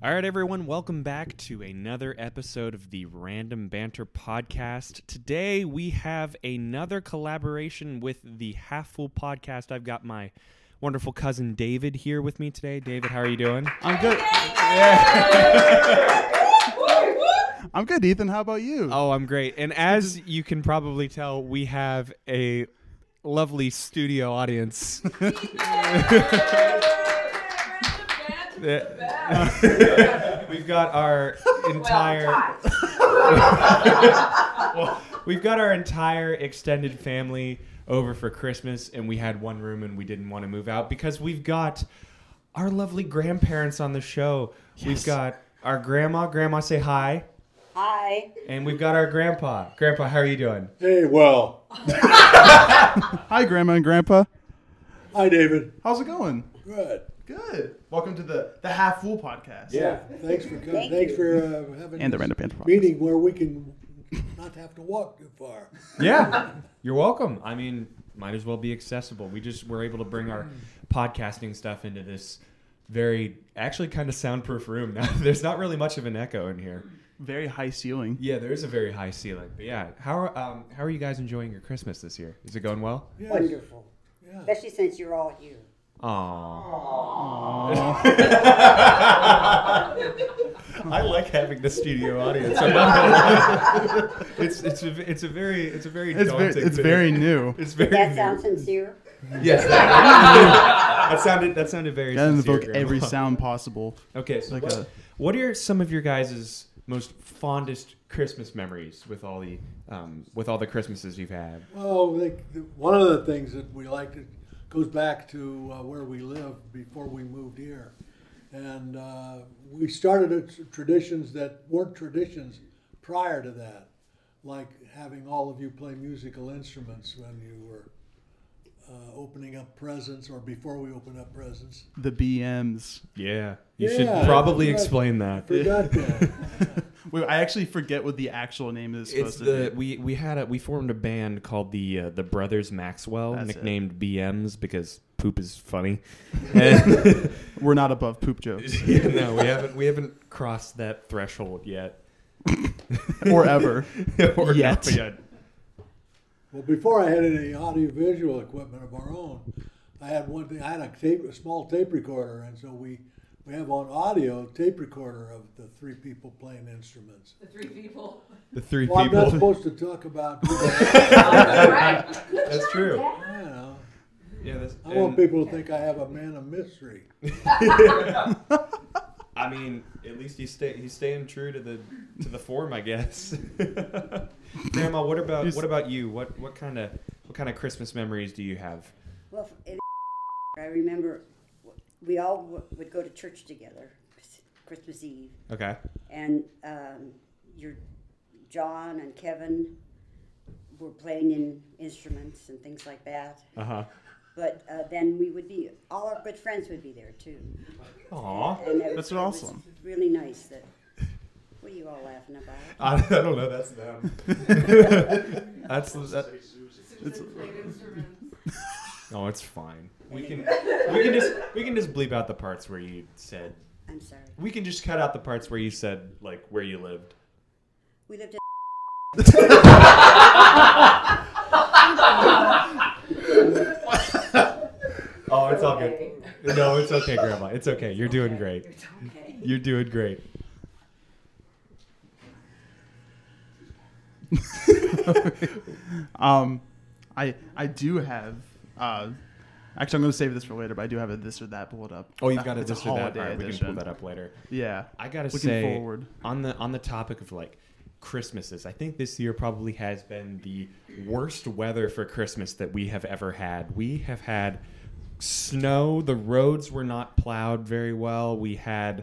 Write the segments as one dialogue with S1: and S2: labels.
S1: All right, everyone, welcome back to another episode of the Random Banter Podcast. Today we have another collaboration with the Half Full Podcast. I've got my wonderful cousin David here with me today. David, how are you doing?
S2: I'm good. I'm good, Ethan. How about you?
S1: Oh, I'm great. And as you can probably tell, we have a lovely studio audience. We've got our entire We've got our entire extended family over for Christmas, and we had one room and we didn't want to move out because we've got our lovely grandparents on the show. We've got our grandma, grandma say hi,
S3: Hi.
S1: and we've got our grandpa. Grandpa, how are you doing?
S4: Hey, well,
S2: Hi, Grandma and Grandpa.
S4: hi, David.
S2: How's it going?
S4: Good.
S5: Good. Welcome to the the Half Fool podcast.
S4: Yeah, thanks for coming.
S3: Thank
S4: thanks
S3: you.
S4: for uh, having
S2: And the
S4: this
S2: Random Panther Podcast.
S4: meeting where we can not have to walk too far.
S1: Yeah, you're welcome. I mean, might as well be accessible. We just were able to bring our podcasting stuff into this very actually kind of soundproof room. Now there's not really much of an echo in here.
S2: Very high ceiling.
S1: Yeah, there is a very high ceiling. But yeah, how are um, how are you guys enjoying your Christmas this year? Is it going well?
S4: Yes.
S3: Wonderful.
S4: Yeah.
S3: Especially since you're all here.
S1: Aww. I like having the studio audience. I'm not gonna lie. it's it's a, it's a very it's a very
S2: It's very,
S1: daunting
S2: it's
S1: thing.
S2: very new.
S1: it's very
S3: That
S1: new.
S3: sounds sincere.
S1: yes that, that sounded that sounded very
S2: Got to
S1: sincere,
S2: invoke every
S1: Grandma.
S2: sound possible.
S1: Okay, so
S2: Like
S1: what,
S2: a-
S1: what are some of your guys' most fondest Christmas memories with all the um, with all the Christmases you've had?
S4: Well, like, the- one of the things that we like to, goes back to uh, where we lived before we moved here. And uh, we started a tr- traditions that weren't traditions prior to that, like having all of you play musical instruments when you were uh, opening up presents or before we opened up presents.
S2: The BMs.
S1: Yeah, you
S4: Yeah,
S1: should probably
S4: that's right.
S1: explain that.
S4: Forgot that.
S2: Wait, I actually forget what the actual name is
S1: It's
S2: supposed
S1: the
S2: to
S1: we
S2: be.
S1: we had a we formed a band called the uh, the Brothers Maxwell,
S2: That's it.
S1: nicknamed BMs because poop is funny. And-
S2: We're not above poop jokes
S1: yeah, no, we haven't we haven't crossed that threshold yet.
S2: or ever.
S1: Or not
S2: Yet.
S4: Well, before I had any audiovisual equipment of our own, I had one thing. I had a tape, a small tape recorder, and so we we have on audio tape recorder of the three people playing instruments.
S6: The three people.
S1: The three
S4: Well, I'm not
S1: people.
S4: supposed to talk about. you
S6: Right.
S1: That's true.
S4: know,
S1: Yeah, that's,
S4: I want
S1: and-
S4: people to think I have a man of mystery.
S1: I mean, at least he's stay, he's staying true to the to the form, I guess. Grandma, what about what about you? What what kind of what kind of Christmas memories do you have?
S3: Well, it, I remember we all w- would go to church together, Christmas Eve,
S1: Okay.
S3: and um, your John and Kevin were playing in instruments and things like that.
S1: Uh huh.
S3: But uh, then we would be all our good friends would be there too.
S1: Aw,
S3: And that
S2: That's
S3: was, it was
S2: awesome.
S3: really nice. That. What are you all laughing about?
S1: I, I don't know. That's them. that's that,
S6: It's played instruments.
S1: oh, it's fine. We can we can just we can just bleep out the parts where you said
S3: I'm sorry.
S1: we can just cut out the parts where you said like where you lived.
S3: We lived
S1: Oh, it's all good. No, it's okay, Grandma. It's okay. You're doing great.
S3: in okay.
S1: You're doing great.
S2: Um, I I do have. Uh, actually, I'm going to save this for later, but I do have a this or that pulled up.
S1: Oh, you've got to
S2: It's a
S1: this or that.
S2: holiday
S1: All right, we can
S2: edition.
S1: pull that up later.
S2: Yeah.
S1: I gotta
S2: Looking
S1: say,
S2: forward.
S1: on the on the topic of like Christmases, I think this year probably has been the worst weather for Christmas that we have ever had. We have had snow. The roads were not plowed very well. We had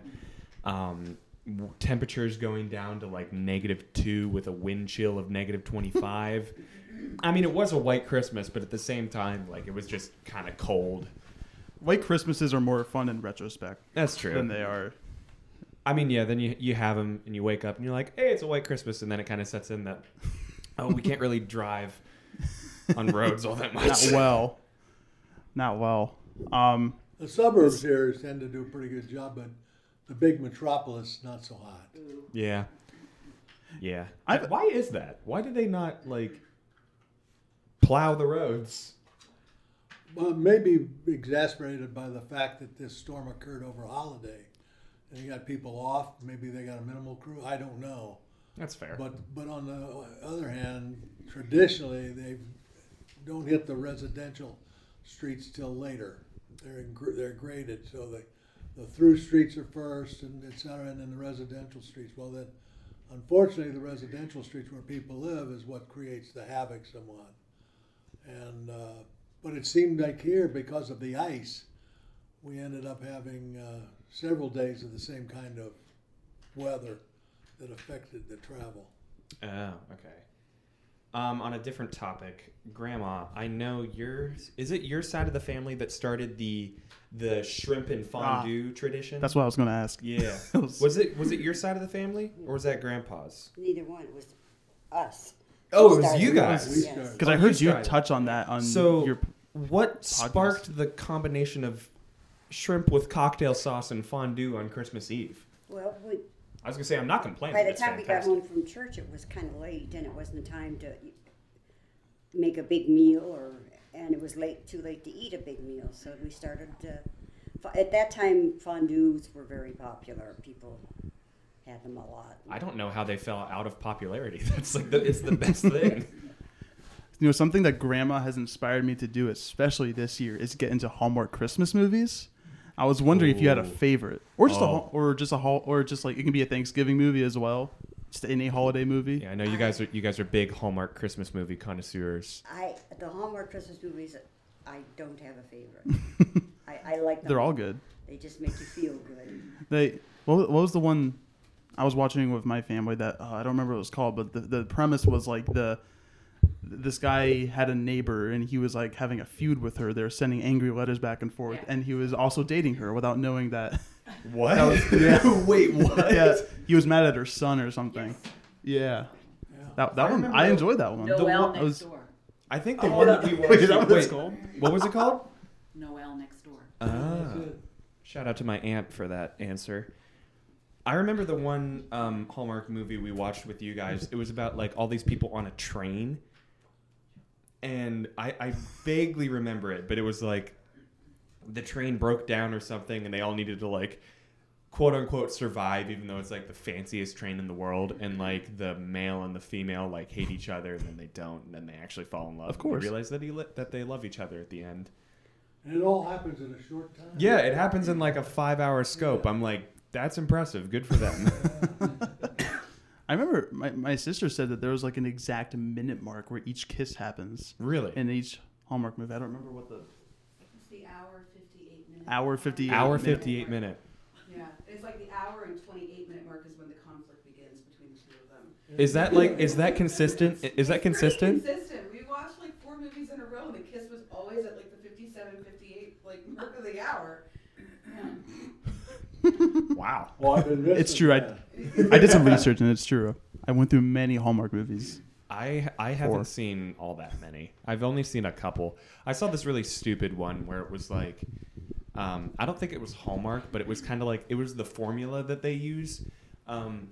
S1: um, w- temperatures going down to like negative two with a wind chill of negative twenty five. I mean, it was a white Christmas, but at the same time, like it was just kind of cold.
S2: White Christmases are more fun in retrospect
S1: That's true.
S2: than they are
S1: I mean, yeah, then you, you have them and you wake up and you're like, hey, it's a white Christmas. And then it kind of sets in that, oh, we can't really drive on roads all that
S2: Not
S1: much.
S2: well. Not well. Um,
S4: The suburbs here tend to do a pretty good job, but the big metropolis not so hot.
S1: Yeah. Yeah.
S2: I've-
S1: Why is that? Why do they not, like, plow the roads?
S4: Well, maybe exasperated by the fact that this storm occurred over a holiday, and you got people off. Maybe they got a minimal crew. I don't know.
S1: That's fair.
S4: But but on the other hand, traditionally they don't hit the residential streets till later. They're in, gr- they're graded, so the the through streets are first, and et cetera, and then the residential streets. Well, then, unfortunately, the residential streets where people live is what creates the havoc somewhat. And uh, but it seemed like here because of the ice, we ended up having uh, several days of the same kind of weather that affected the travel.
S1: Oh, okay. Um, on a different topic, Grandma, I know yours. Is it your side of the family that started the the shrimp and fondue tradition?
S2: Ah, that's what I was going to ask.
S1: yeah.
S2: It was-
S1: was it was it your side of the family or was that Grandpa's?
S3: Neither one. It was us.
S1: Oh, it was
S3: Started
S1: you
S3: with us,
S1: guys.
S4: We started.
S2: Because I
S1: Oh,
S2: heard
S1: you
S2: you,
S1: started.
S2: touch on that on
S1: So,
S2: your.
S1: what sparked the combination of shrimp with cocktail sauce and fondue on Christmas Eve?
S3: Well, we,
S1: I was gonna say I'm not complaining.
S3: by the
S1: it's
S3: time we got
S1: fantastic.
S3: home from church, it was kind of late, and it wasn't time to make a big meal, or and it was late, too late to eat a big meal. So we started. To, fo- at that time, fondues were very popular. People had them a lot.
S1: I don't know how they fell out of popularity. That's like the, it's the best thing.
S2: You know, something that grandma has inspired me to do, especially this year, is get into Hallmark Christmas movies. I was wondering if you had a
S1: Ooh.
S2: favorite, or just a,
S1: Oh.
S2: hol- or just a hall, or just like it can be a Thanksgiving movie as well, just any holiday movie.
S1: Yeah, I know you guys are you guys are big Hallmark Christmas movie connoisseurs.
S3: I the Hallmark Christmas movies. I don't have a favorite. I, I like them.
S2: They're all good.
S3: They just make you feel good.
S2: They what, wa- what was the one I was watching with my family that uh, I don't remember what it was called, but the, the premise was like the this guy had a neighbor and he was like having a feud with her. They were sending angry letters back and forth,
S6: Yeah.
S2: and he was also dating her without knowing that.
S1: What?
S5: Wait, what?
S2: yeah, he was mad at her son or something. Yeah. That, that
S1: I
S2: one
S1: remember
S2: I
S1: that-
S2: enjoyed that one.
S1: the
S6: Noel
S1: one-
S2: I
S6: next
S2: was-
S6: door.
S1: I think
S3: Oh,
S1: the one that we watched.
S2: Wait, that was
S1: wait,
S2: called?
S1: what was it called?
S6: Noel next door.
S1: Ah.
S4: That's it.
S1: Shout out to my aunt for that answer. I remember the one um, Hallmark movie we watched with you guys. It was about like all these people on a train, and I, I vaguely remember it, but it was like the train broke down or something, and they all needed to like quote unquote survive, even though it's like the fanciest train in the world, and like the male and the female like hate each other, and then they don't, and then they actually fall in love.
S2: Of
S1: and
S2: course.
S1: they realize that he li- that they love each other at the end.
S4: And it all happens in a short time.
S1: Yeah, it happens in like a five hour scope. I'm like, that's impressive. Good for them.
S2: I remember my, my sister said that there was like an exact minute mark where each kiss happens
S1: really?
S2: in each Hallmark movie. I don't remember what the
S6: It's the hour 58 minutes.
S2: Hour 58
S1: hour
S2: uh, minute.
S1: 58 minute.
S6: Yeah, it's like the hour and 28 minute mark is when the conflict begins between the two of them.
S1: Is that like, is that consistent? I- Is that
S6: It's pretty
S1: consistent?
S6: Consistent. We watched like four movies in a row, and the kiss was always at like the 57, 58 like mark of the hour.
S1: Wow.
S4: Well, I've been missing
S2: It's true, I-
S4: that.
S2: I did some research and it's true. I went through many Hallmark movies.
S1: I, I haven't
S2: Four.
S1: seen all that many. I've only seen a couple. I saw this really stupid one where it was like, um, I don't think it was Hallmark, but it was kind of like, it was the formula that they use. Um,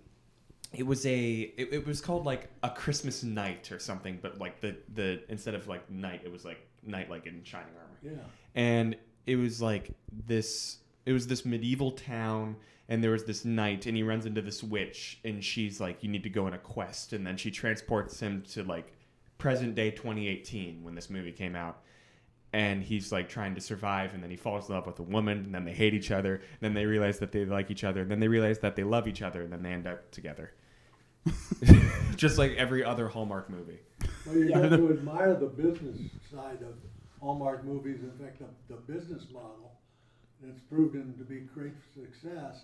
S1: it was a it, it was called like a christmas night or something but like the the instead of like night it was like night like in shining armor
S4: Yeah.
S1: and it was like this it was this medieval town and there was this knight and he runs into this witch and she's like you need to go on a quest and then she transports him to like present day 2018 when this movie came out and he's like trying to survive and then he falls in love with a woman and then they hate each other and then they realize that they like each other and then they realize that they love each other and then they end up together just like every other hallmark movie
S4: Well, you
S3: Yeah.
S4: got to admire the business side of Hallmark movies. In fact, the, the business model that's proven to be great success.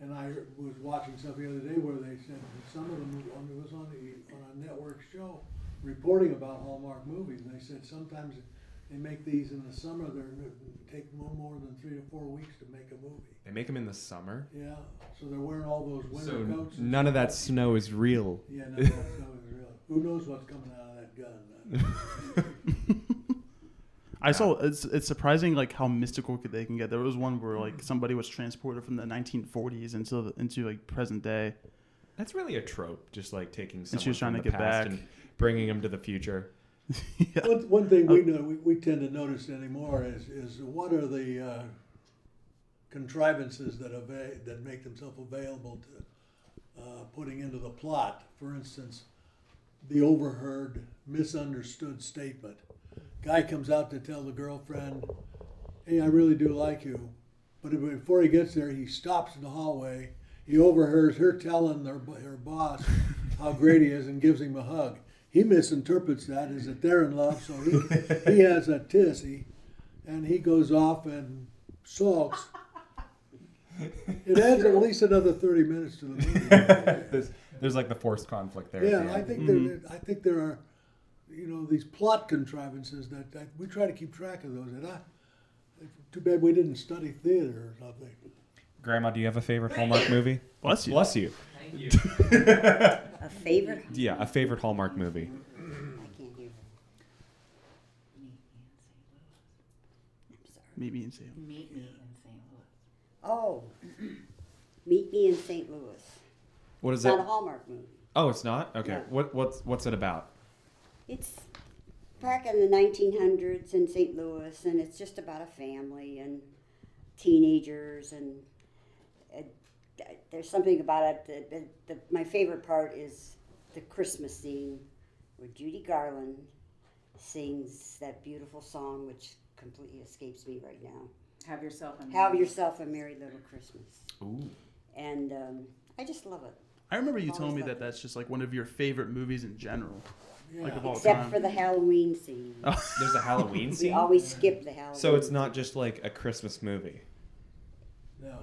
S4: And I was watching something the other day where they said that some of them on- it was on the on a network show reporting about Hallmark movies, and they said sometimes They make these in the summer. They're they take no more than three to four weeks to make a movie.
S1: They make them in the summer.
S4: Yeah, so they're wearing all those winter
S1: So
S4: coats. and
S1: none of
S4: stuff.
S1: that snow is real.
S4: Yeah, no, that's not real. Who knows what's coming out of that gun? huh?
S2: I saw it's it's surprising like how mystical they can get. There was one where like somebody was transported from the 1940s into the, into like present day.
S1: That's really a trope, just like taking someone
S2: And she was
S1: from
S2: trying
S1: the
S2: to get
S1: past
S2: back.
S1: and bringing them to the future.
S2: yeah.
S4: One, one thing we know we, we tend to notice anymore is is what are the uh, contrivances that ava- that make themselves available to uh, putting into the plot. For instance, the overheard, misunderstood statement. Guy comes out to tell the girlfriend, "Hey, I really do like you," but before he gets there, he stops in the hallway. He overhears her telling their her boss how great he is and gives him a hug. He misinterprets that as that they're in love, so he, he has a tizzy, and he goes off and sulks. It adds at least another thirty minutes to the movie.
S1: there's, there's like the forced conflict there. at the
S4: Yeah,
S1: end.
S4: I think there, there- I think there are, you know, these plot contrivances that, that we try to keep track of those. And I, too bad we didn't study theater or something.
S1: Grandma, do you have a favorite Hallmark movie?
S2: Bless you.
S1: Bless you.
S6: Thank you.
S3: A favorite?
S1: Yeah, a favorite Hallmark movie.
S3: I can't hear. I'm sorry.
S2: Meet me in Salem.
S7: Meet me in St. Louis.
S3: Oh, Meet Me in St. Louis.
S1: What is
S3: It's not a
S1: it?
S3: Hallmark movie.
S1: Oh, it's not. Okay.
S3: No.
S1: What what's what's it about?
S3: It's back in the 1900s in St. Louis, and it's just about a family and teenagers, and uh, th- there's something about it. That, that, that my favorite part is the Christmas scene where Judy Garland sings that beautiful song, which completely escapes me right now.
S7: Have yourself a
S3: Have
S7: meal.
S3: yourself a merry little Christmas,
S1: Ooh.
S3: and um, I just love it.
S2: I remember you
S3: Always
S2: telling me
S3: loved
S2: that that's just like one of your favorite movies in general,
S4: Yeah.
S2: like of all
S3: Except
S2: time. Oh,
S3: for the Halloween scene.
S1: There's a Halloween
S3: We
S1: scene.
S3: always skip the Halloween.
S1: So it's not just like a Christmas movie.
S4: No.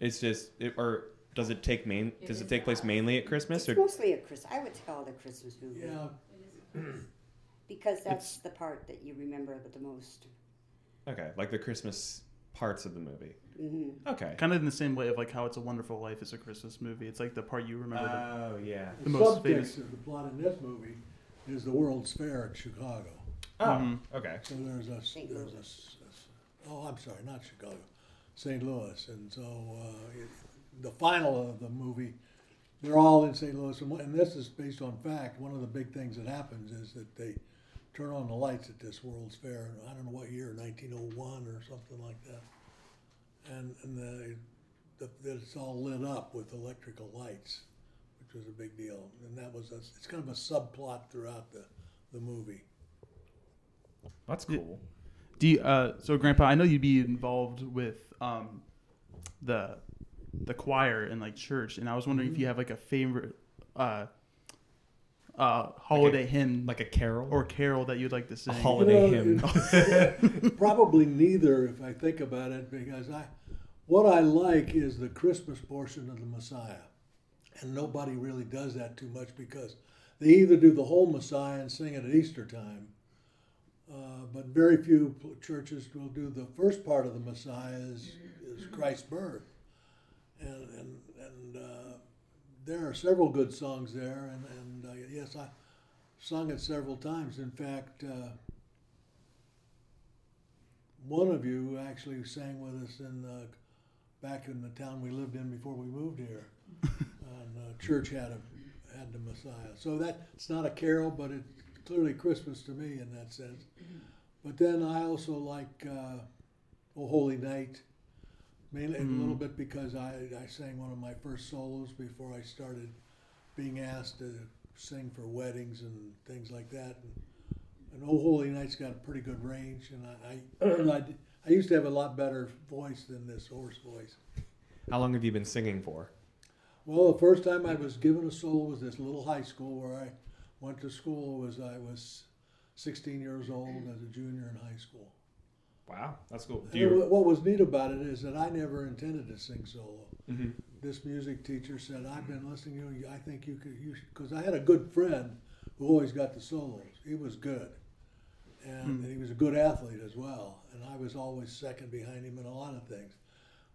S1: It's just it, or does it take main
S6: It
S1: does it
S6: is
S1: take place
S6: not.
S1: mainly at Christmas
S3: It's
S1: or
S3: mostly a Chris. I would call it a Christmas movie.
S4: Yeah.
S3: Because that's the part that you remember the most.
S1: okay, like the Christmas parts of the movie.
S3: hmm
S6: Mm-hmm.
S1: Okay.
S2: Kind of in the same way of like how It's a Wonderful Life is a Christmas movie. It's like the part you remember. the-
S1: Oh, yeah.
S4: The,
S2: The most
S4: subtext
S2: famous-
S4: of the plot in this movie is the World's Fair in Chicago.
S1: Oh,
S2: Mhm.
S1: okay.
S4: So there's a,
S3: St.
S4: there's a s- a s- oh, I'm sorry, not Chicago, St. Louis. And so uh, it, the final of the movie, they're all in St. Louis. And, one- and this is based on fact. One of the big things that happens is that they turn on the lights at this World's Fair. I don't know what year, 1901 or something like that. And, and the, the, that it's all lit up with electrical lights, which was a big deal. And that was, a, it's kind of a subplot throughout the, the movie.
S1: That's cool.
S2: Do you, uh, so, Grandpa, I know you'd be involved with um, the the choir and like church, and I was wondering
S1: Mm-hmm.
S2: if you have like a favorite uh, uh, holiday hymn
S1: Like a carol
S2: or carol that you'd like to sing.
S1: a holiday
S4: You know,
S1: hymn.
S4: Probably neither, if I think about it, because I, what I like is the Christmas portion of the Messiah, and nobody really does that too much because they either do the whole Messiah and sing it at Easter time, uh, but very few pl- churches will do the first part of the Messiah is, is Christ's birth, and and and uh, there are several good songs there, and and uh, yes, I sung it several times. In fact. Uh, one of you actually sang with us in the, back in the town we lived in before we moved here. and the church had a had the Messiah. So that it's not a carol, but it's clearly Christmas to me in that sense. But then I also like uh, O Holy Night, mainly a little bit because I, I sang one of my first solos before I started being asked to sing for weddings and things like that. And and Oh Holy Night's got a pretty good range, and I, I, I, I used to have a lot better voice than this hoarse voice.
S1: How long have you been singing for?
S4: Well, the first time I was given a solo was this little high school where I went to school was I was 16 years old as a junior in high school.
S1: Wow, that's cool. Do
S4: And
S1: you,
S4: what- what was neat about it is that I never intended to sing solo.
S1: Mhm.
S4: This music teacher said, "I've been listening to you. I think you could, you because I had a good friend who always got the solos. He was good, and
S1: Hmm.
S4: he was a good athlete as well. And I was always second behind him in a lot of things.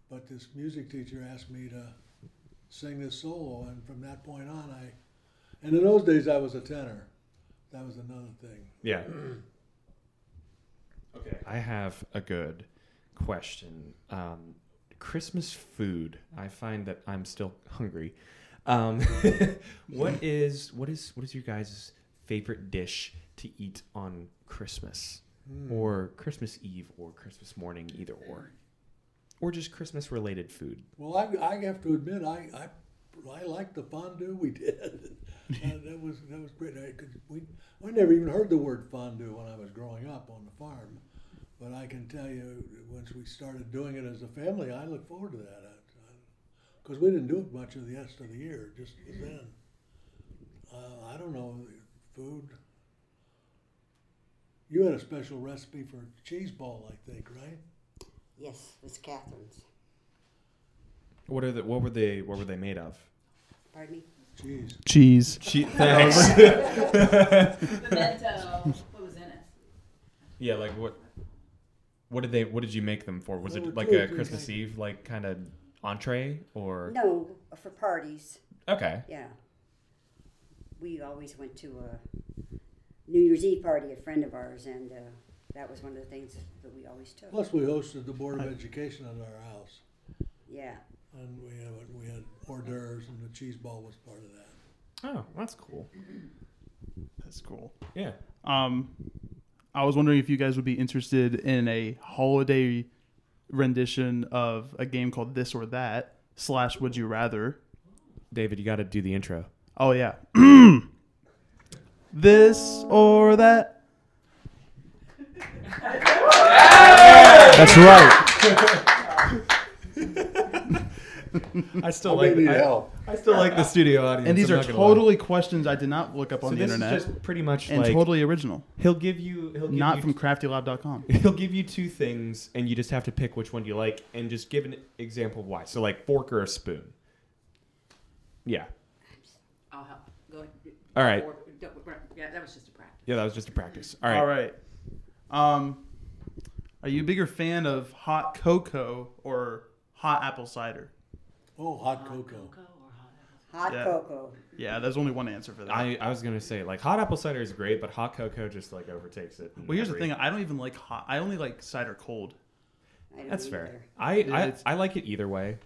S4: But this music teacher asked me to sing this solo, and from that point on, I. And in those days, I was a tenor. That was another thing.
S1: Yeah. okay. I have a good question. Um, Christmas food. I find that I'm still hungry. Um, what is what is what is your guys' favorite dish to eat on Christmas or Christmas Eve or Christmas morning, either or, or just Christmas related food?
S4: Well, I, I have to admit, I, I, I liked the fondue we did. Uh, that was that was great. I, could, we I never even heard the word fondue when I was growing up on the farm, but I can tell you once we started doing it as a family, I look forward to that. Because we didn't do it much of the rest of the year, just then. Uh, I don't know food. You had a special recipe for cheese ball, I think, right?
S3: Yes, it was Catherine's.
S1: What are the what were they what were they made of?
S3: Pardon me?
S4: Cheese.
S2: Cheese.
S1: She, thanks.
S7: Memento. what was in it?
S1: Yeah, like what? What did they? What did you make them for? Was
S4: There were
S1: it like
S4: two
S1: a
S4: of these.
S1: Christmas Eve, like kind of entree, or
S3: No, for parties.
S1: okay?
S3: Yeah. We always went to a New Year's Eve party, at a friend of ours, and uh, that was one of the things that we always took.
S4: Plus, we hosted the Board of Education at our house,
S3: Yeah.
S4: and we had, we had hors d'oeuvres, and the cheese ball was part of that.
S1: Oh, that's cool.
S2: That's cool.
S1: Yeah.
S2: Um, I was wondering if you guys would be interested in a holiday rendition of a game called This or That slash Would You Rather.
S1: David, you got to do the intro.
S2: Oh yeah. this or that. That's right.
S1: I still
S4: I may
S1: like.
S4: need
S1: I,
S4: help.
S1: I still like the studio audience.
S2: And these
S1: I'm
S2: are
S1: not gonna lie.
S2: totally questions I did not look up
S1: So
S2: on the
S1: this is
S2: internet
S1: just pretty much
S2: and
S1: like
S2: totally original.
S1: he'll give you he'll give
S2: Not
S1: you
S2: from craftylab.com.
S1: he'll give you two things and you just have to pick which one you like and just give an example of why. So like fork or a spoon. Yeah.
S7: I'll help. Go ahead.
S1: All right.
S7: Or- don't- right. Yeah, that was just a practice.
S1: Yeah, that was just a practice. All right.
S2: All right. Um are you a bigger fan of hot cocoa or hot apple cider?
S4: Oh, hot cocoa.
S7: Cocoa or hot
S3: Hot
S2: Yeah.
S3: cocoa.
S2: Yeah, there's only one answer for that.
S1: I, I was gonna say like hot apple cider is great, but hot cocoa just like overtakes it. in
S2: well, here's the
S1: every-
S2: thing. I don't even like hot. I only like cider cold.
S3: I don't
S1: That's
S3: know
S1: fair.
S3: either.
S1: I, I
S2: It's-
S1: I like it either way.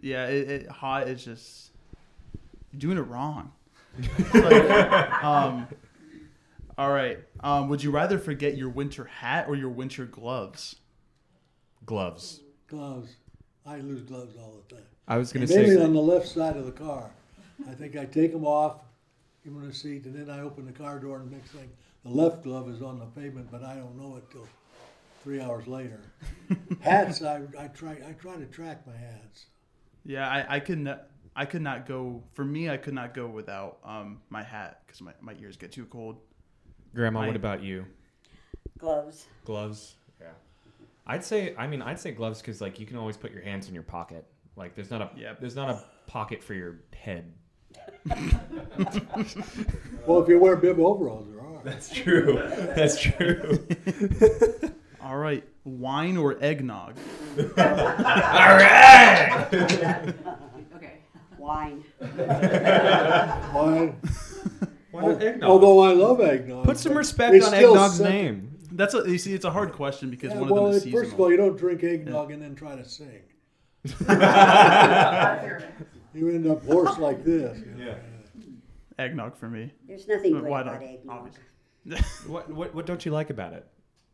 S2: Yeah, it, it hot is just you're doing it wrong. Like, um, all right. Um, would you rather forget your winter hat or your winter gloves?
S1: Gloves.
S4: Gloves. I lose gloves all the time.
S1: I was gonna
S4: Mainly
S1: say
S4: on the left side of the car. I think I take them off, give them a seat, and then I open the car door, and next thing, the left glove is on the pavement, but I don't know it till three hours later. Hats, I, I try I try to track my hats.
S2: Yeah, I, I could not. I could not go. For me, I could not go without um, my hat because my, my ears get too cold.
S1: Grandma,
S2: I-
S1: what about you?
S3: Gloves.
S1: Gloves. Yeah. I'd say I mean I'd say gloves because like you can always put your hands in your pocket. Like there's not a
S2: Yep.
S1: there's not a pocket for your head.
S4: Well, if you wear bib overalls, there are.
S1: That's true. That's true.
S2: All right, wine or eggnog?
S7: cocoa? Okay.
S3: Wine.
S4: Why?
S1: Why not eggnog?
S4: Although I love eggnog.
S1: Put some
S4: but
S1: respect
S4: it's
S1: on
S4: still
S1: eggnog's
S4: sec-
S1: name.
S2: That's a, you see, it's a hard question because
S4: Yeah,
S2: one of
S4: well,
S2: them is
S4: it-
S2: seasonal.
S4: first of all, you don't drink eggnog and then try to sing. You end up hoarse like this. you know.
S2: eggnog for me.
S3: There's nothing
S2: But
S3: good
S2: why
S3: about
S2: not?
S3: eggnog.
S2: Obviously.
S1: What, what what don't you like about it?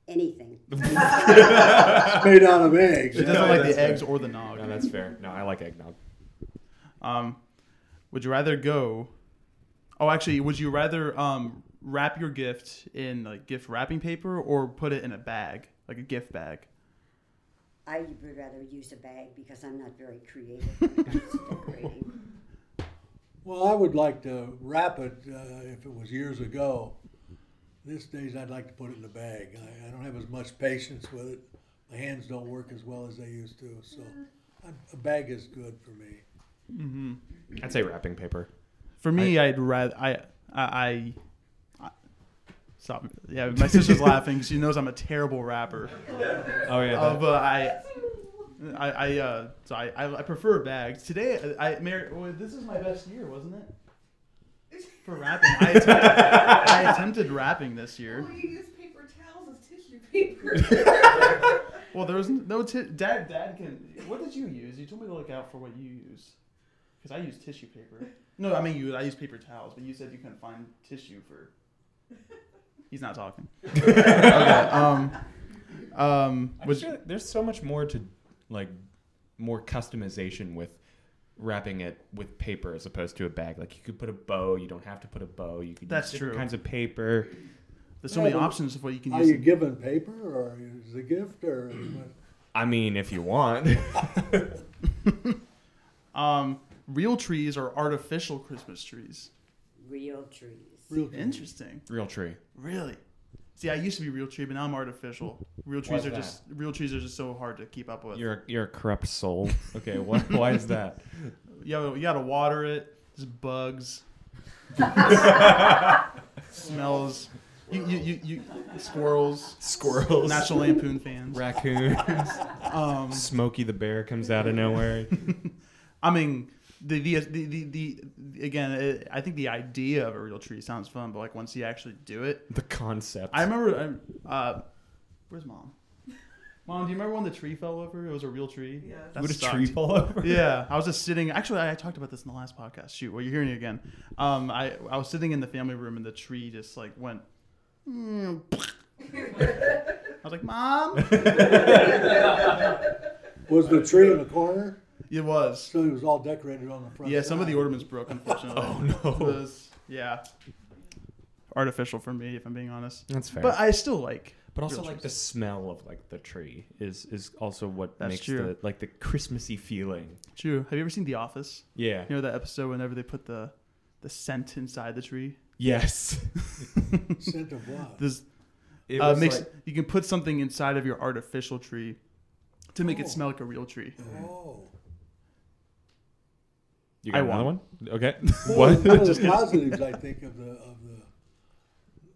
S3: Anything.
S4: It's made out of eggs.
S2: She doesn't
S1: No,
S2: like the
S1: that's fair.
S2: eggs or the nog.
S1: No, that's fair. No, I like eggnog.
S2: Um, would you rather go? Oh, actually, would you rather um, wrap your gift in like gift wrapping paper or put it in a bag, like a gift bag?
S3: I would rather use a bag because I'm not very creative when it comes to decorating.
S4: Well, I would like to wrap it uh, if it was years ago. These days, I'd like to put it in a bag. I, I don't have as much patience with it. My hands don't work as well as they used to, so a, a bag is good for me.
S1: I'd say wrapping paper.
S2: For me, I, would rather I I. I Stop. Yeah, my sister's laughing. She knows I'm a terrible rapper.
S1: Oh yeah.
S2: Uh,
S4: Um,
S1: that-
S2: but I, I, I, uh, so I, I, I prefer bags. Today, I, I Mary, well, this is my best year, wasn't it? For rapping, I attempted, I attempted rapping this year.
S6: Well, you use paper towels as tissue paper.
S2: Well, there was no t- dad. Dad can. What did you use? You told me to look out for what you use, because I use tissue paper. No, I mean you. I use paper towels, but you said you couldn't find tissue for. He's not talking. okay. Um. Um.
S1: I'm
S2: Was,
S1: sure there's so much more to like more customization with wrapping it with paper as opposed to a bag. Like you could put a bow, you don't have to put a bow. You could
S2: That's
S1: use different
S2: true.
S1: kinds of paper.
S2: there's so many
S4: Yeah, but
S2: options of what you can
S4: Are
S2: use.
S4: you giving paper or is it a gift or? what?
S1: I mean, if you want.
S2: um. Real trees or artificial Christmas trees?
S3: Real trees.
S4: Real
S2: Interesting.
S1: Real tree.
S2: Really. See, I used to be real tree, but now I'm artificial. Real trees
S1: Why's
S2: are
S1: that?
S2: just real trees are just so hard to keep up with.
S1: You're a, you're a corrupt soul. Okay, why, why is that?
S2: You gotta, you gotta water it. There's bugs. smells. You, you, you, you, squirrels.
S1: Squirrels,
S2: National Lampoon fans.
S1: raccoons,
S2: Um,
S1: Smokey the bear comes out of nowhere.
S2: I mean, the the, the, the, the again, it, I think the idea of a real tree sounds fun, but like once you actually do it,
S1: The concept.
S2: I remember. I, uh, where's mom? Mom, do you remember when the tree fell over? It was a real tree.
S6: Yeah.
S2: That
S1: Would a
S2: sucked.
S1: tree fall over?
S2: Yeah, I was just sitting. Actually, I I talked about this in the last podcast. Shoot, well, you're hearing it again. Um, I I was sitting in the family room and the tree just like went. I was like, "Mom,"
S4: Was the tree in the corner?
S2: it was.
S4: So it was all decorated on the front.
S2: Yeah, some of the
S4: side.
S2: ornaments broke, unfortunately.
S1: Oh, no.
S2: It was- yeah, artificial for me, if I'm being honest.
S1: That's fair.
S2: But I still like.
S1: But also
S2: real
S1: like the
S2: trees.
S1: smell of like the tree is is also what
S2: That's
S1: makes
S2: true.
S1: the like the Christmassy feeling.
S2: True. Have you ever seen The Office?
S1: Yeah.
S2: You know that episode whenever they put the the scent inside the tree.
S1: Yes.
S4: Scent of what?
S2: This
S1: It
S2: uh,
S1: was
S2: makes
S1: like-
S2: you can put something inside of your artificial tree to make
S4: Oh.
S2: it smell like a real tree.
S4: Oh.
S1: you got
S2: I
S1: another
S2: won.
S1: one. Okay.
S4: One
S1: what?
S4: of the- one of the positives, I think, of the of the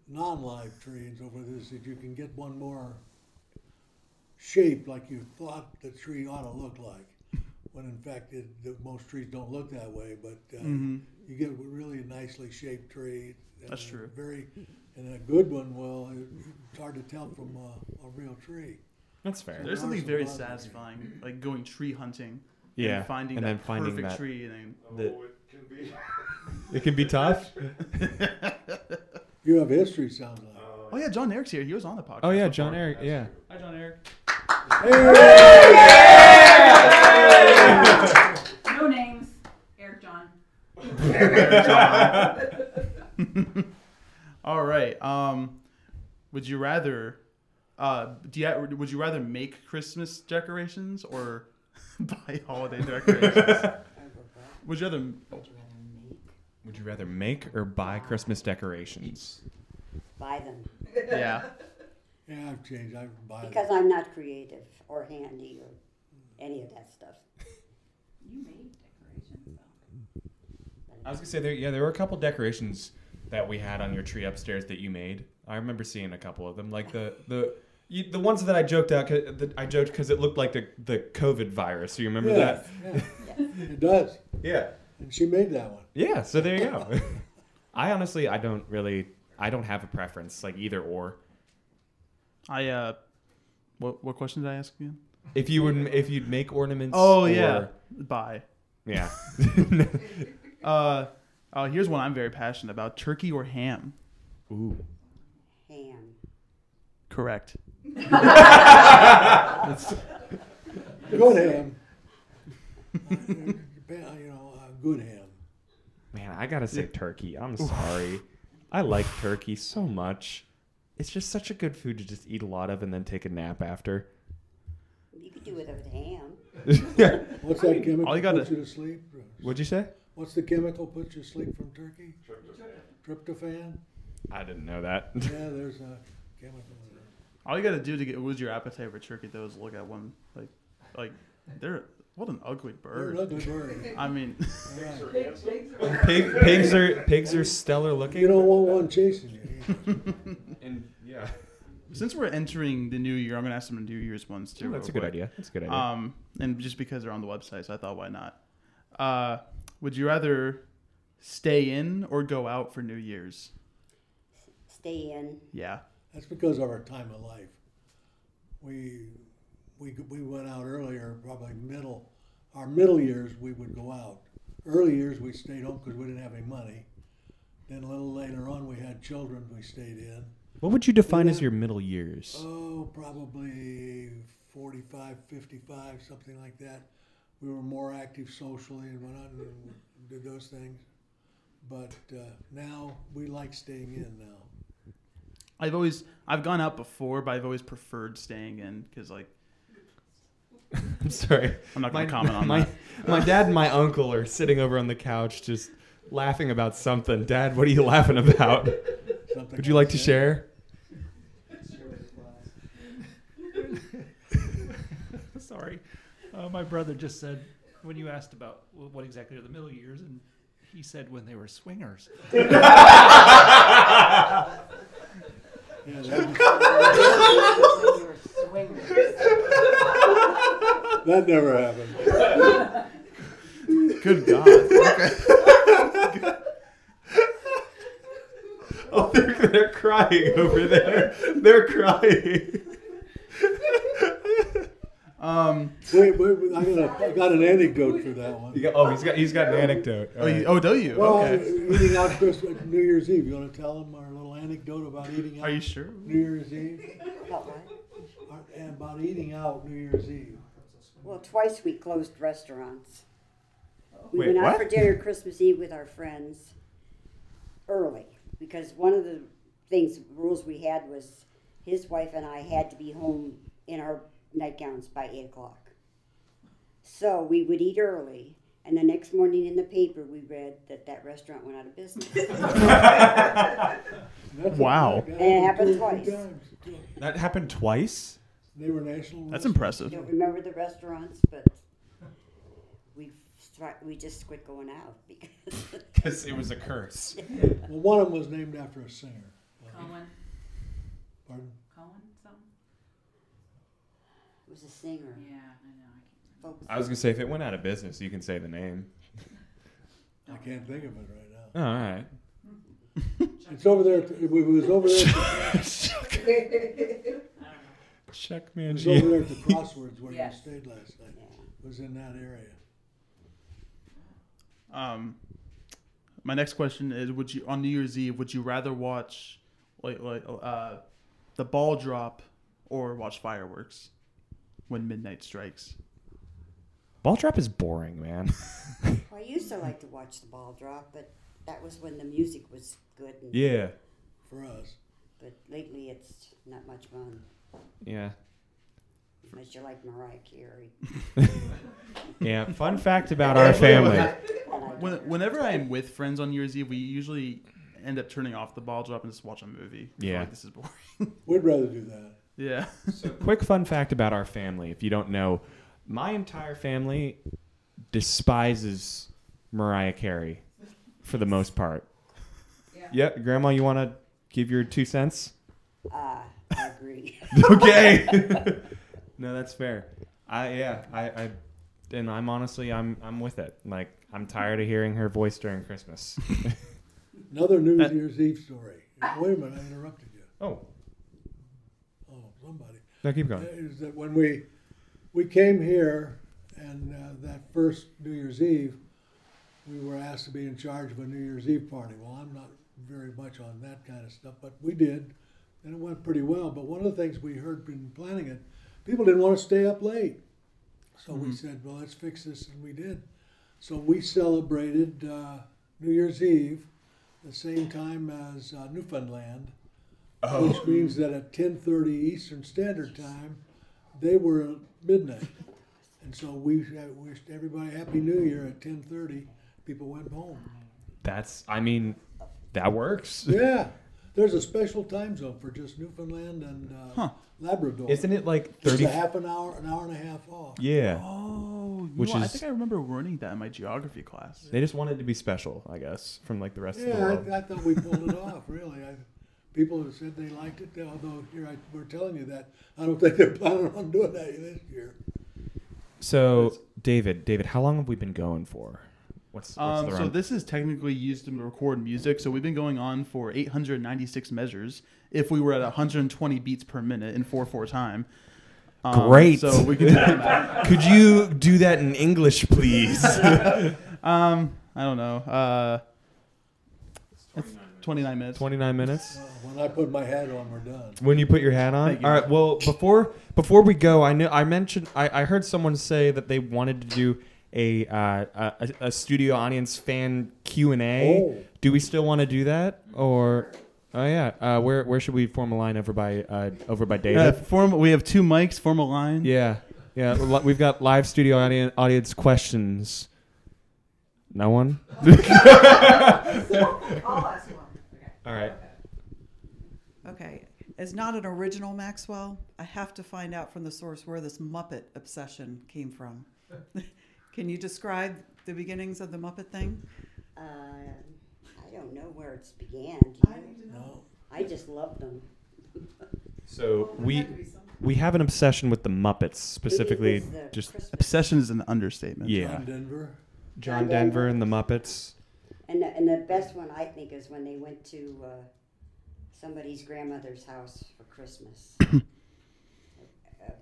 S4: non-live trees over this is that you can get one more shape like you thought the tree ought to look like, when in fact it, the, most trees don't look that way. But uh, you get a really nicely shaped tree. and
S2: Mm-hmm. That's
S4: a
S2: true.
S4: Very, and a good one. Well, it, it's hard to tell from a, a real tree.
S1: That's fair.
S2: There's
S4: There are
S2: something
S4: some
S2: very
S4: bugs in here.
S2: satisfying, like going tree hunting.
S1: Yeah,
S2: And finding
S1: and
S2: that
S1: then finding
S2: perfect
S1: that-
S2: tree and then
S1: The-
S8: Oh, it can be.
S1: it can be tough.
S4: You have history, sounds like.
S2: Oh yeah, John Eric's here. He was on the podcast.
S1: Oh yeah,
S2: before.
S1: John Eric. Yeah.
S2: Hi John Eric.
S7: No names. Eric John.
S2: All right. Um, would you rather? Uh, do you, would you rather make Christmas decorations or buy holiday decorations? would you rather?
S7: Would you rather make?
S1: Would you rather make or buy Christmas decorations?
S3: Buy them.
S2: Yeah.
S4: Yeah, I've changed. I buy
S3: Because I'm not creative or handy or any of that stuff.
S7: You made decorations though.
S1: I was gonna say there. Yeah, there were a couple decorations that we had on your tree upstairs that you made. I remember seeing a couple of them, like the the. You, the ones that I joked out, 'cause- that I joked because it looked like the, the COVID virus. You remember
S4: Yeah,
S1: that?
S4: yeah, it does.
S1: Yeah.
S4: And she made that one.
S1: Yeah, so there you go. I honestly, I don't really, I don't have a preference, like either or.
S2: I uh, what what question did I ask again?
S1: If you would, if you'd make ornaments.
S2: Oh
S1: or-
S2: yeah, buy.
S1: yeah.
S2: Uh, uh, here's one I'm very passionate about: turkey or ham.
S1: Ooh,
S3: Ham.
S2: Correct.
S4: Good ham. Uh, Japan, you know, uh, good ham.
S1: man, I gotta say turkey. I'm sorry, I like turkey so much. It's just such a good food to just eat a lot of and then take a nap after.
S3: You could do without ham.
S4: What's that chemical
S2: all you gotta-
S4: puts you to sleep?
S1: What'd you say?
S4: What's the chemical puts you to sleep from turkey? Tryptophan.
S1: I didn't know that.
S4: Yeah, there's a chemical. in there.
S2: All you gotta do to get lose your appetite for turkey though is look at one like, like they're what an ugly
S4: They're an
S2: bird.
S4: ugly bird.
S2: I mean,
S4: All right.
S6: Big, big,
S1: Pig, pigs are pigs are stellar looking.
S4: You don't want one chasing you.
S1: and yeah,
S2: Since we're entering the new year, I'm gonna ask them to do New Year's ones too.
S1: that's a good
S2: real quick.
S1: idea. That's a good idea.
S2: Um, and just because they're on the website, so I thought, why not? Uh, would you rather stay in or go out for New Year's?
S3: Stay in.
S2: Yeah.
S4: That's because of our time of life. We, we, we went out earlier, probably middle, our middle years, we would go out. Early years, we stayed home because we didn't have any money. Then a little later on, we had children, we stayed in.
S1: what would you define as your middle years?
S4: Oh, probably 45, 55, something like that. We were more active socially and went out and did those things. But uh, now we like staying in now.
S2: I've always I've gone out before, but I've always preferred staying in because like
S1: I'm sorry.
S2: I'm not gonna comment on
S1: my,
S2: that.
S1: My dad and my uncle are sitting over on the couch just laughing about something. Dad, what are you laughing about?
S4: Something
S1: Would you like to
S4: that.
S1: share?
S8: Sorry. Uh, my brother just said, when you asked about wh- what exactly are the middle years, and he said when they were swingers.
S4: Yeah, that was-
S7: You're swingers.
S4: That never happened.
S2: Good God. Okay.
S1: Oh, they're, they're crying over there. They're crying.
S2: Um.
S4: Wait, wait, wait, I, got a, I got an anecdote for that one.
S1: You got- oh, he's got he's got an anecdote.
S2: Oh, you, oh, do you?
S4: Well,
S2: okay.
S4: eating out Christmas, New Year's Eve. You want to tell them our little anecdote about eating out
S2: Are you sure?
S4: New Year's Eve?
S3: About what?
S4: Our- And about eating out New Year's Eve.
S3: Well, twice we closed restaurants. We
S1: Wait,
S3: went out
S1: what?
S3: for dinner Christmas Eve with our friends early because one of the things rules we had was his wife and I had to be home in our nightgowns by eight o'clock. So we would eat early, and the next morning in the paper we read that that restaurant went out of business.
S4: And that's-
S2: Wow.
S4: that
S3: And it happened
S4: two
S3: twice.
S4: times.
S1: that happened twice.
S4: They were national.
S2: That's
S4: restaurants.
S3: I
S2: impressive.
S3: don't remember the restaurants, but we stri- we just quit going out because
S1: Because it was a curse.
S4: Well, one of them was named after a singer.
S7: Cohen.
S4: Pardon?
S7: Cohen something?
S3: it was a singer.
S7: Yeah, I know. I can't
S3: Folks,
S1: I was gonna say if it went out of business, you can say the name.
S4: I can't think of it right now.
S1: Oh, all right.
S4: It's over there. It was over there. at the-
S1: Check
S4: It
S1: man.
S4: was over there at the crossroads where you
S7: Yes.
S4: stayed last night.
S3: yeah.
S4: It was in that area.
S2: Um, my next question is: Would you on New Year's Eve? Would you rather watch like like uh, the ball drop or watch fireworks when midnight strikes?
S1: Ball drop is boring, man.
S3: Well, I used to like to watch the ball drop, but that was when the music was good. And,
S1: yeah.
S4: For us,
S3: But lately, it's not much fun
S1: Yeah.
S3: unless you like Mariah Carey.
S1: Yeah. Fun fact about our family.
S3: And I
S2: When, whenever I'm with friends on New Year's Eve, we usually end up turning off the ball drop and just watch a movie. I feel
S1: Yeah.
S2: like this is boring.
S4: we'd rather do that.
S2: yeah.
S1: So, quick fun fact about our family, if you don't know, my entire family despises Mariah Carey for the most part.
S6: Yeah.
S1: Yep, Grandma, you want to give your two cents?
S3: Ah, I agree.
S1: okay. no, that's fair. I yeah, I, I and I'm honestly I'm I'm with it. Like I'm tired of hearing her voice during Christmas.
S4: Another New
S2: That-
S4: Year's Eve story. Wait a minute, I interrupted you.
S1: oh,
S4: Oh, somebody.
S1: no, keep
S4: Uh,
S1: going.
S4: Is that when we we came here and uh, that first New Year's Eve, we were asked to be in charge of a New Year's Eve party. Well, I'm not very much on that kind of stuff, but we did, and it went pretty well. But one of the things we heard in planning it, people didn't want to stay up late, so we said, "Well, let's fix this," and we did. So we celebrated uh, New Year's Eve the same time as uh, Newfoundland,
S1: Oh.
S4: which means that at 10:30 Eastern Standard Time, they were at midnight, and so we had- wished everybody Happy New Year at 10:30. People went home.
S1: That's I mean, that works.
S4: Yeah, there's a special time zone for just Newfoundland and uh,
S2: Huh.
S4: Labrador.
S1: Isn't it like
S4: just
S1: thirty?
S4: a half an hour, an hour and a half off?
S1: yeah,
S2: Oh, you
S1: Which
S2: know what? I
S1: is-
S2: think I remember learning that in my geography class.
S1: they just wanted to be special, I guess, from like the rest of the
S4: Yeah,
S1: world.
S4: I, I thought we pulled it off. Really, I, people who said they liked it, although here I, we're telling you that. I don't think they're planning on doing that this year.
S1: So, David, David, how long have we been going for? What's, what's
S2: Um,
S1: the
S2: so
S1: run?
S2: this is technically used to record music. So we've been going on for 896 measures. If we were at 120 beats per minute in four four time, Um,
S1: Great.
S2: So we could do that math.
S1: Could you do that in English, please?
S2: Um, I don't know. Uh, it's 29 minutes.
S1: 29 minutes.
S4: Uh, when I put my hat on, we're done.
S1: When you put your hat on.
S2: Thank you.
S1: All right. Well, before before we go, I knew I mentioned I, I heard someone say that they wanted to do a uh, a, a- a studio audience fan Q and A.
S4: Oh.
S1: Do we still want to do that or? Oh yeah. Uh, where where should we form a line over by uh, over by David?
S2: Uh, form, we have two mics. Formal line.
S1: Yeah, yeah. li- We've got live studio audience, audience questions. No one.
S6: I'll ask one.
S1: All right.
S9: Okay. As not an original Maxwell, I have to find out from the source where this Muppet obsession came from. Can you describe the beginnings of the Muppet thing?
S3: Uh, I don't know where it's began. do you?
S6: I need to know.
S3: I just loved them.
S1: So
S6: There
S1: we
S6: had to be something.
S1: we have an obsession with the Muppets specifically,
S3: It was the
S1: just
S3: Christmas-
S2: Obsession is an understatement.
S1: yeah,
S4: John Denver.
S1: John Denver and the Muppets.
S3: And the, and the best one I think is when they went to uh, somebody's grandmother's house for Christmas. uh,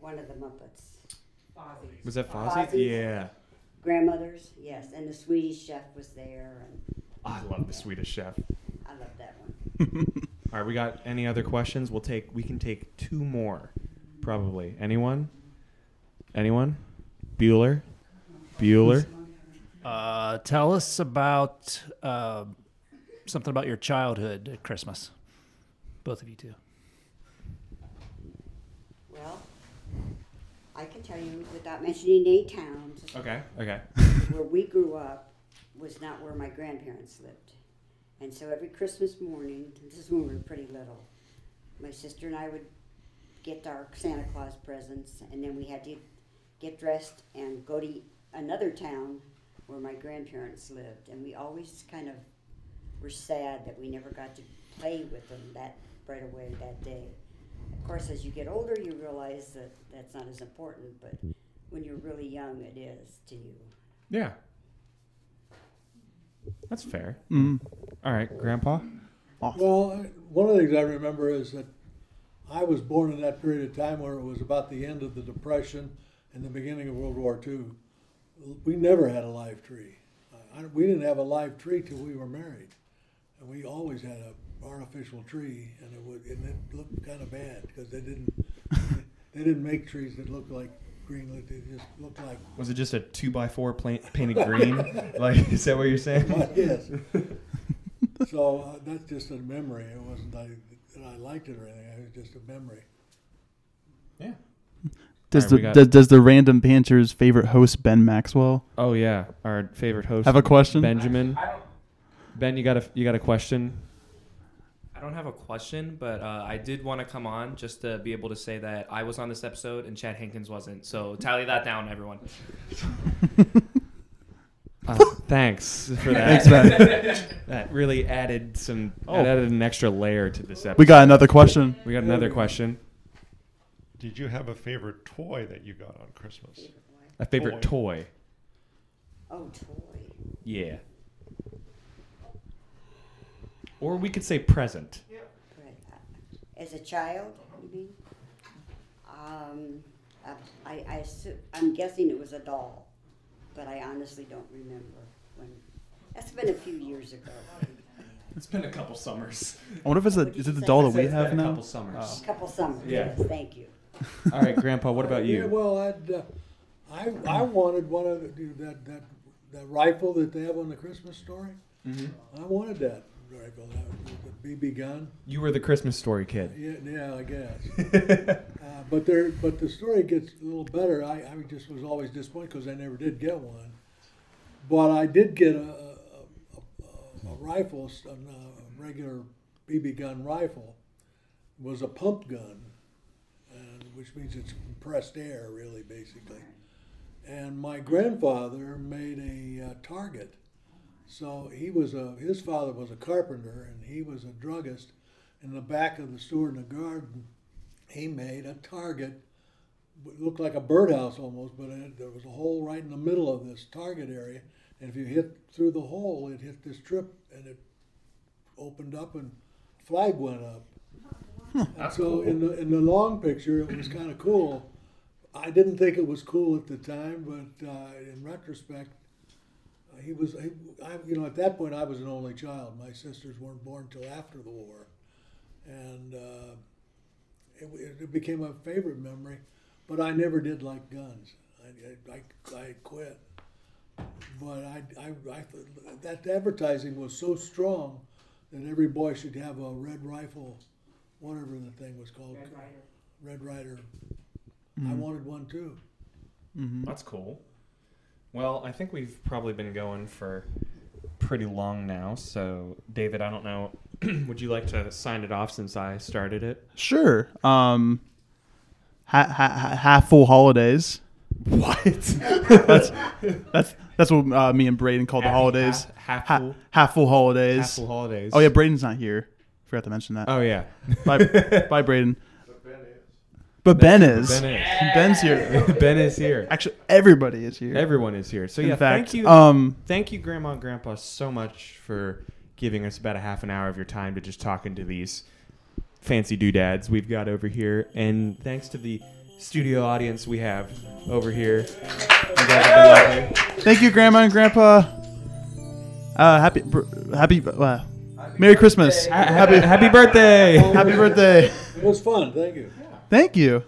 S3: one of the Muppets.
S6: Fozzie.
S1: Was that Fozzie?
S3: Fozzie.
S1: Yeah,
S3: Grandmother's, yes. And the Swedish chef was there, and
S1: I love the Swedish Chef.
S3: I love that one.
S1: All right, we got any other questions? We'll take. We can take two more, probably. Anyone? Anyone? Bueller. Bueller.
S5: Uh, tell us about uh, something about your childhood at Christmas. Both of you two.
S3: Well, I can tell you without mentioning any towns
S1: Okay. Okay.
S3: where we grew up was not where my grandparents lived. And so every Christmas morning, this is when we were pretty little, my sister and I would get our Santa Claus presents, and then we had to get dressed and go to another town where my grandparents lived. And we always kind of were sad that we never got to play with them that right away that day. Of course, as you get older, you realize that that's not as important, but when you're really young, it is to you.
S1: Yeah. That's fair.
S2: Mm.
S1: All right, Grandpa.
S4: Well, I- one of the things I remember is that I was born in that period of time where it was about the end of the Depression and the beginning of World War II. We never had a live tree. I, I- we didn't have a live tree till we were married, and we always had a artificial tree, and it would and it looked kind of bad because they didn't they didn't make trees that looked like green. like, They just looked like
S1: Was it just a two by four paint, painted green? like, is that what you're saying?
S4: yes. so uh, that's just a memory. It wasn't like that I liked it or anything. It was just a memory.
S1: Yeah.
S2: Does
S1: Alright,
S2: the
S1: we got-
S2: does, does the random Panthers favorite host Ben Maxwell
S1: Oh yeah, our favorite host.
S2: have a question?
S1: Benjamin.
S10: I don't,
S1: Ben, you got a you got a question?
S10: I don't have a question, but uh, I did want to come on just to be able to say that I was on this episode and Chad Hankins wasn't. So tally that down, everyone.
S1: Uh, thanks for that.
S2: Thanks, Ben.
S1: That really added some.
S2: Oh.
S1: that added an extra layer to this episode.
S2: we got another question.
S1: We got another question.
S11: Did you have a favorite toy that you got on Christmas?
S1: A favorite toy.
S3: Oh, toy.
S1: Yeah. Or we could say present.
S3: Right. Uh, As a child, you mean? Um, I, I, I, assu- I'm guessing it was a doll, but I honestly don't remember when. That's been a few years ago,
S1: It's been a couple summers.
S2: I wonder if it's a, is it the doll that we
S1: It's
S2: have
S1: been a
S2: now?
S1: couple summers.
S2: Oh.
S3: a couple summers.
S1: Yeah.
S3: Yes, thank you.
S1: All right, Grandpa. What about
S4: Yeah,
S1: you?
S4: well, I'd, uh, I I wanted one of the, that that that rifle that they have on the Christmas story.
S1: Mm-hmm.
S4: I wanted that rifle, that BB gun.
S1: You were the Christmas story kid.
S4: Yeah, yeah, I guess. uh, but there, but the story gets a little better. I, I just was always disappointed because I never did get one. But I did get a, a, a, a rifle, s- a, a regular BB gun rifle. It was a pump gun, and, which means it's compressed air, really, basically. And my grandfather made a uh, target. So he was a his father was a carpenter and he was a druggist, in the back of the store in the garden, he made a target. It looked like a birdhouse almost, but it, there was a hole right in the middle of this target area. And if you hit through the hole, it hit this strip and it opened up and flag went up. And
S10: That's
S4: so
S10: cool.
S4: in the in the long picture, it was kind of cool. I didn't think it was cool at the time, but uh, in retrospect, uh, he was. He, I, you know, at that point, I was an only child. My sisters weren't born till after the war, and uh, it, it became a favorite memory. But I never did like guns. I I, I, I quit. But I, I, I that advertising was so strong that every boy should have a red rifle whatever the thing was called. Red Rider. I
S1: Mhm.
S4: wanted one too.
S1: That's cool. Well, I think we've probably been going for pretty long now. So, David, I don't know. would you like to sign it off since I started it?
S2: Sure. Um, ha- ha- ha- half full holidays.
S1: What?
S2: that's that's that's what uh, me and Braden call the
S1: Half-
S2: holidays.
S1: half- half
S2: Ha-
S1: full-
S2: half full holidays.
S1: half full holidays.
S2: Oh yeah, Braden's not here. Forgot to mention that.
S1: Oh, yeah.
S2: bye, bye, Braden. But Ben is.
S1: Ben is.
S2: Ben's here.
S1: ben is here.
S2: Actually, everybody is here.
S1: Everyone is here. So
S2: In
S1: yeah,
S2: fact,
S1: thank you,
S2: um,
S1: thank you, Grandma and Grandpa, so much for giving us about a half an hour of your time to just talking to these fancy doodads we've got over here, and thanks to the studio audience we have over here. You guys have been lovely.
S2: Thank you, Grandma and Grandpa. Uh, happy, br- happy, uh, Merry Christmas.
S1: Ha- happy- happy birthday.
S2: Happy birthday.
S4: It was fun. Thank you.
S2: Thank you.